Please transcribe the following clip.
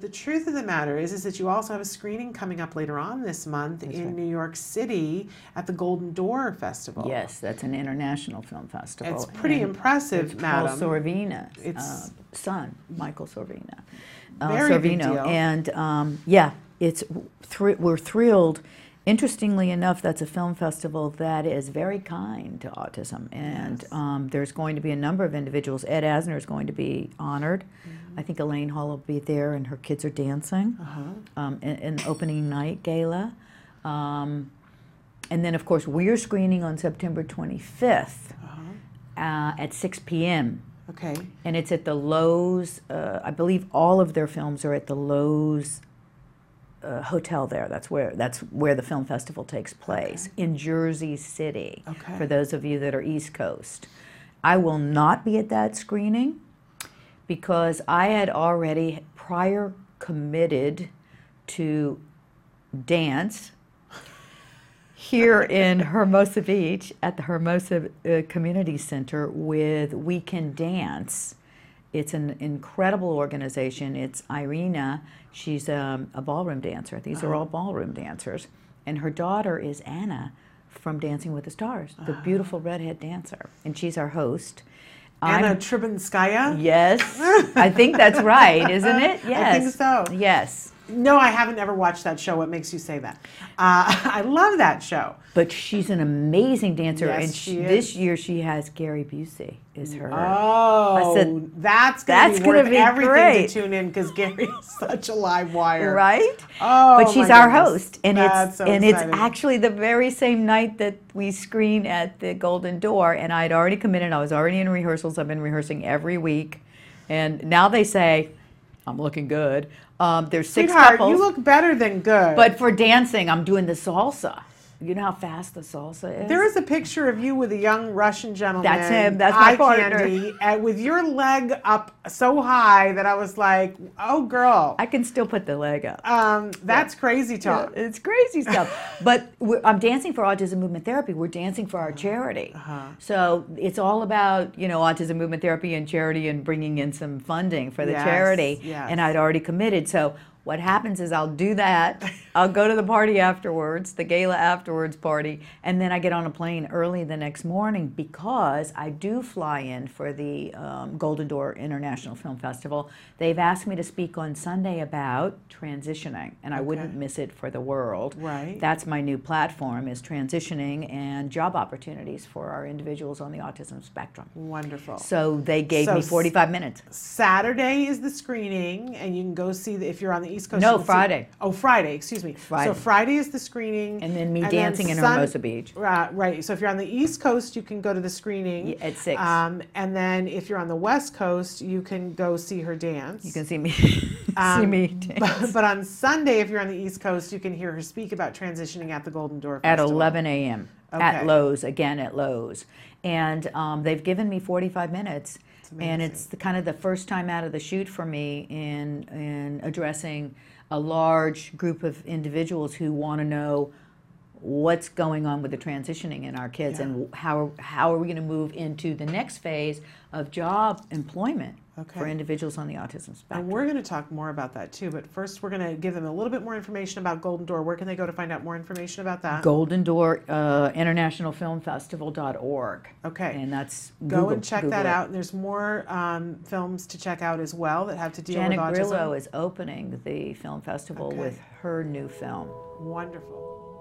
the truth of the matter is, is that you also have a screening coming up later on this month That's in right. New York City at the Golden Door Festival. Yes, that's an international film festival. Oh. It's pretty and impressive, it's madam. Paul Sorvina's It's- uh, son, Michael Sorvina. Uh, Very big Sorvino. deal. And um, yeah, it's thr- we're thrilled. Interestingly enough, that's a film festival that is very kind to autism, and um, there's going to be a number of individuals. Ed Asner is going to be honored. Mm-hmm. I think Elaine Hall will be there, and her kids are dancing Uh-huh, um, in, in the opening night gala. Um, and then, of course, we're screening on September 25th uh, at 6 p.m. uh-huh. Okay. And it's at the Lowe's, uh, I believe all of their films are at the Lowe's uh, hotel there. That's where, that's where the film festival takes place in Jersey City, Okay. for those of you that are East Coast. I will not be at that screening because I had already prior committed to dance here in Hermosa Beach at the Hermosa uh, Community Center with We Can Dance. It's an incredible organization. It's Irina. She's um, a ballroom dancer. These are all ballroom dancers. And her daughter is Anna from Dancing with the Stars, the Ah. beautiful redhead dancer. And she's our host. I'm- Anna Tribinskaya? Yes, I think that's right, isn't it? Yes, I think so. Yes, No, I haven't ever watched that show. What makes you say that? Uh, I love that show. but she's an amazing dancer, Yes, and she she, is. this year she has Gary Busey is her. Oh, said, that's gonna "That's be gonna worth be everything great." to tune in because Gary is such a live wire. Right, Oh, but she's my our goodness. host, and That's it's so and exciting. it's actually the very same night that we screen at the Golden Door, and I had already committed. I was already in rehearsals. I've been rehearsing every week, and now they say, "I'm looking good." Um, there's six Sweetheart, couples. you look better than good. But for dancing, I'm doing the salsa. You know how fast the salsa is? there is a picture of you with a young Russian gentleman. That's him. That's my eye partner. Candy, and with your leg up so high that I was like, "Oh, girl, I can still put the leg up. um, that's crazy talk." It's crazy stuff. but we're, I'm dancing for Autism Movement Therapy. We're dancing for our Uh-huh. charity. So it's all about, you know, Autism Movement Therapy and charity and bringing in some funding for the Yes, charity. yes. And I'd already committed. So what happens is I'll do that. I'll go to the party afterwards, the gala afterwards party, and then I get on a plane early the next morning because I do fly in for the um, Golden Door International Film Festival. They've asked me to speak on Sunday about transitioning, and I wouldn't miss it for the world. Right. That's my new platform is transitioning and job opportunities for our individuals on the autism spectrum. Wonderful. So they gave So me s- 45 minutes. Saturday is the screening, and you can go see the, if you're on the East Coast. No, you can see- Friday. oh, Friday. Excuse me. Friday. So Friday is the screening, And then me dancing in Hermosa Beach. Right, right. So if you're on the East Coast, you can go to the screening Yeah, at six. Um, and then if you're on the West Coast, you can go see her dance. You can see me. see me. dance. Um, but, but on Sunday, if you're on the East Coast, you can hear her speak about transitioning at the Golden Door at Festival. 11 a.m. Okay. at Lowe's again at Lowe's, and um, they've given me 45 minutes, and it's the, kind of the first time out of the chute for me in in addressing a large group of individuals who want to know what's going on with the transitioning in our kids and how how are we going to move into the next phase of job employment for Okay. individuals on the autism spectrum. And we're going to talk more about that too. But first, we're going to give them a little bit more information about Golden Door. Where can they go to find out more information about that? Golden Door uh, International Film Festival.org. Okay. And that's go Google- and check Google that it. out. And there's more um, films to check out as well that have to deal Janet with autism. Grillo is opening the film festival Okay. with her new film. Wonderful.